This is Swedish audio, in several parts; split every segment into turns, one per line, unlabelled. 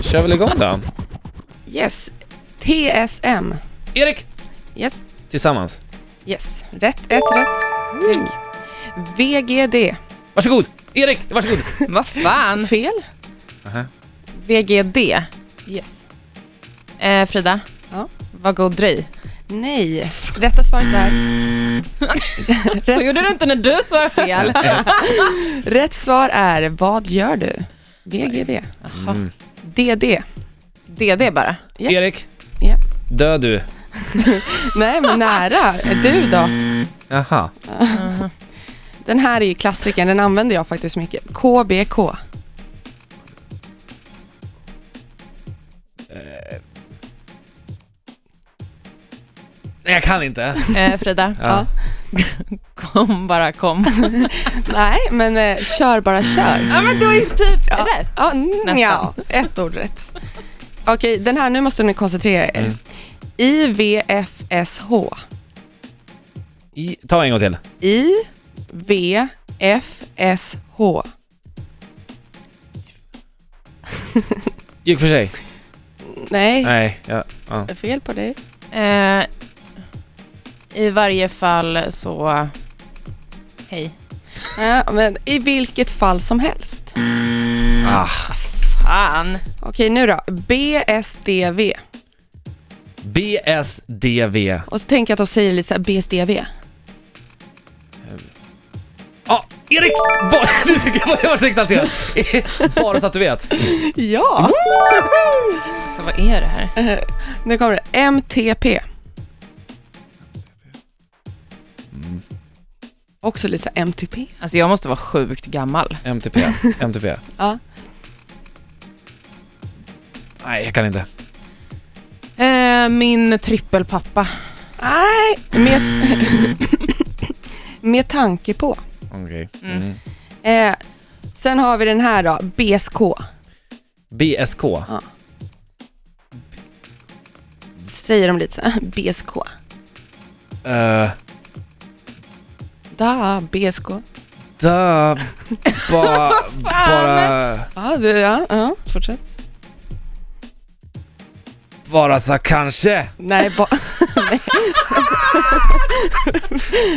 kör väl igång då.
Yes. TSM.
Erik!
Yes.
Tillsammans.
Yes. Rätt, ett rätt. Erik. VGD.
Varsågod! Erik, varsågod!
Vad fan?
Fel.
VGD.
Yes.
Eh, Frida?
Ja.
Vad god dröj.
Nej. Rätta svaret är...
Så
rätt,
gjorde du inte när du svarade fel.
rätt svar är Vad gör du? VGD.
Jaha.
DD.
DD bara.
Ja.
Mm. Erik!
Ja.
Dö du.
Nej, men nära. Du då?
Jaha.
Den här är ju klassikern, den använder jag faktiskt mycket. KBK.
Eh. Nej, jag kan inte.
Eh, Frida,
Ja.
kom bara kom.
Nej, men eh, kör bara kör.
Ja men då är det typ rätt.
Ja, n-
Nästan.
ja, ett ord rätt. Okej, den här, nu måste ni koncentrera er.
Mm.
IVFSH.
I, ta en gång till.
IVFSH.
Gick för sig.
Nej,
Nej, ja. ja.
fel på dig.
Eh, I varje fall så... Hej.
Ja, men i vilket fall som helst.
Ah.
Fan.
Okej, nu då. BSDV.
BSDV.
Och så tänker jag att de säger lite så här BSDV.
Ja, Erik! Bara, nu tycker jag jag var så exalterad. Bara så att du vet.
Ja!
Alltså vad är det här?
Nu kommer det. MTP. Också lite så här MTP.
Alltså jag måste vara sjukt gammal.
MTP. MTP.
Ja.
Nej, jag kan inte.
Eh, min trippelpappa.
Nej, med, med tanke på.
Okej.
Mm.
Mm.
Eh, sen har vi den här då, BSK.
BSK.
Säger de lite så här, BSK.
Uh,
Da, BSK.
da, ba, bara,
Ja, det, ja, ja, fortsätt.
bara så kanske.
Nej, ba, nej.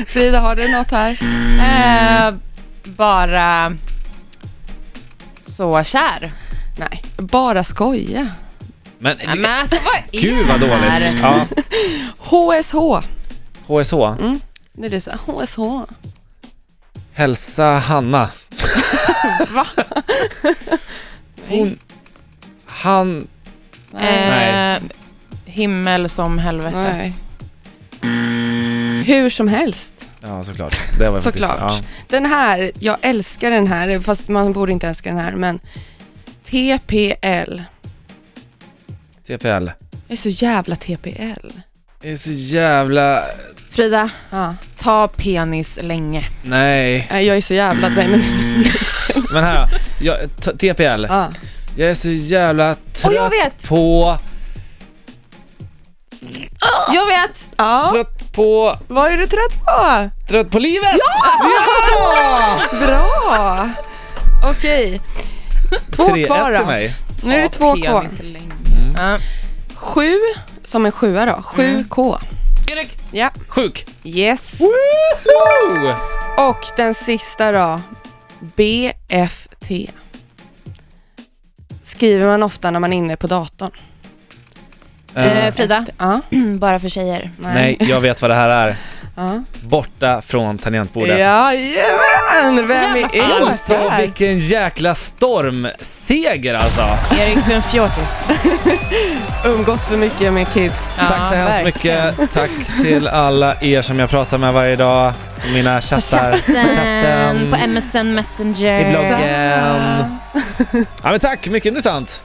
Frida, har du något här?
Eh, bara så kär.
Nej, bara skoja.
Men,
Nej, men alltså vad är
gud vad
det
dåligt.
här? Eh,
Ja,
HSH.
HSH.
Det är så här, HSH.
Hälsa Hanna.
Va?
Hon, han,
Nej.
Eh, himmel som helvete.
Nej. Hur som helst.
ja såklart. Det var faktiskt-
Såklart. Den här, jag älskar den här, fast man borde inte älska den här, men TPL.
Ja, TPL.
Jag är så jävla TPL.
Det är så jävla,
Frida,
Ja.
ta penis länge.
nej.
Nej, Jag är så jävla... Nej, men,
Men här då. jag, t- TPL.
ja.
Jag är så jävla
Och jag
trött
vet,
på,
jag vet.
ja,
trött på,
vad är du trött på?
trött på livet! Ja!
Bra! Okej. Två
3-1
kvar
till
då.
mig.
Nu är det
Ta
två kvar.
penis länge. Ja.
Sju, som en sjua då. 7K.
Erik!
Ja.
Sjuk!
Mm. Yes.
Woohoo!
Och den sista då, BFT. Skriver man ofta när man är inne på datorn.
Mm.
Eh, Frida,
Ja,
bara för tjejer.
nej, jag vet vad det här är.
Ja.
Borta från tangentbordet.
Jajamän! Vem
jävla
är
fan.
Erik
Alltså
där?
vilken jäkla stormseger alltså!
Erik, du är en fjortis.
Umgås för mycket med kids.
Tack så hemskt mycket. Tack till alla er som jag pratar med varje dag. Mina chattar.
På MSN Messenger.
I bloggen. Ja men tack, mycket intressant.